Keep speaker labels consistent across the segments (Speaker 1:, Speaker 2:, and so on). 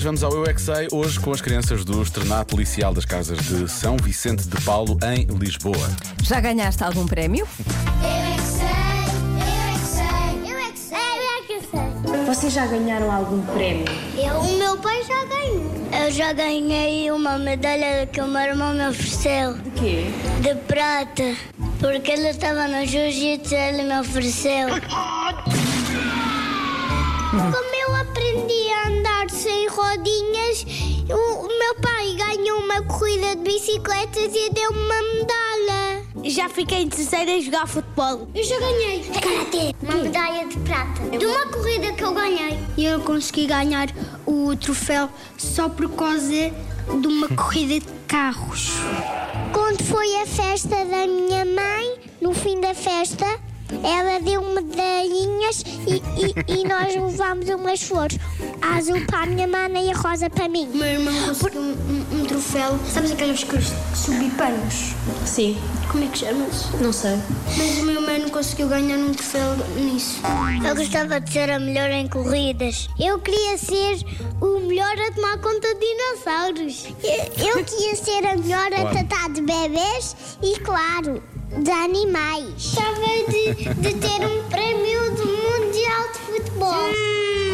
Speaker 1: Vamos ao Eu é que Sei, hoje com as crianças do Externato Policial das Casas de São Vicente de Paulo, em Lisboa.
Speaker 2: Já ganhaste algum prémio?
Speaker 3: Eu é que sei, eu é que sei, eu é que sei, eu é que sei.
Speaker 4: Vocês já ganharam algum prémio?
Speaker 3: Eu, o meu pai já ganhou. Eu já ganhei uma medalha que o meu irmão me ofereceu,
Speaker 4: De quê?
Speaker 3: de prata, porque ele estava no jiu-jitsu e ele me ofereceu. Como eu aprendi a andar sem rodinhas, o meu pai ganhou uma corrida de bicicletas e deu-me uma medalha.
Speaker 5: Já fiquei em terceiro a jogar futebol.
Speaker 3: Eu já ganhei.
Speaker 6: É
Speaker 3: Karate. Uma medalha de prata. De uma corrida que eu ganhei. E eu consegui ganhar o troféu só por causa de uma corrida de carros. Quando foi a festa da minha mãe, no fim da festa, ela deu medalhinhas e, e- e nós levámos umas flores. A azul para a minha mãe e a rosa para mim.
Speaker 6: O meu irmão conseguiu um, um- um troféu. Sabes aqueles que subi panos?
Speaker 4: Sim.
Speaker 6: Como é que chamas?
Speaker 4: Não sei.
Speaker 6: Mas o meu irmão não conseguiu ganhar um troféu nisso.
Speaker 3: Eu gostava de ser a melhor em corridas. Eu queria ser o melhor a tomar conta de dinossauros. Eu, eu queria ser a melhor a tratar de bebês e, claro, de animais. Gostava de, de ter um prémio do Mundial de Futebol.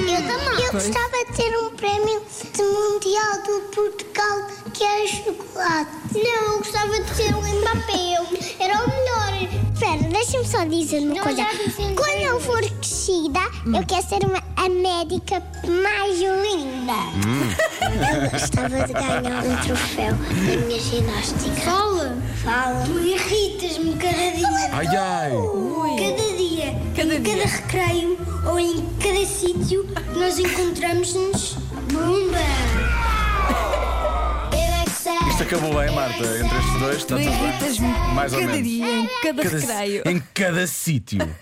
Speaker 3: Eu também. Eu gostava de ter um prémio de Mundial do Portugal que era chocolate. Não, eu gostava de ser um Mbappé. Era o melhor. Espera, deixa-me só dizer uma coisa. Quando eu for crescida, eu quero ser uma, a médica mais linda. Eu gostava de ganhar um troféu da minha ginástica. Fala! Fala! Tu irritas-me cada dia.
Speaker 1: Ai ai!
Speaker 6: Cada dia, em cada recreio ou em cada sítio, nós encontramos-nos. Bumba!
Speaker 3: Eu é que sei.
Speaker 1: Isto acabou bem, Marta, entre estes dois, está
Speaker 2: Tu
Speaker 1: tudo bem.
Speaker 2: irritas-me
Speaker 1: Então, Mais ou
Speaker 2: cada
Speaker 1: menos.
Speaker 2: dia, em cada
Speaker 1: Cada si-
Speaker 2: recreio.
Speaker 1: em cada sítio.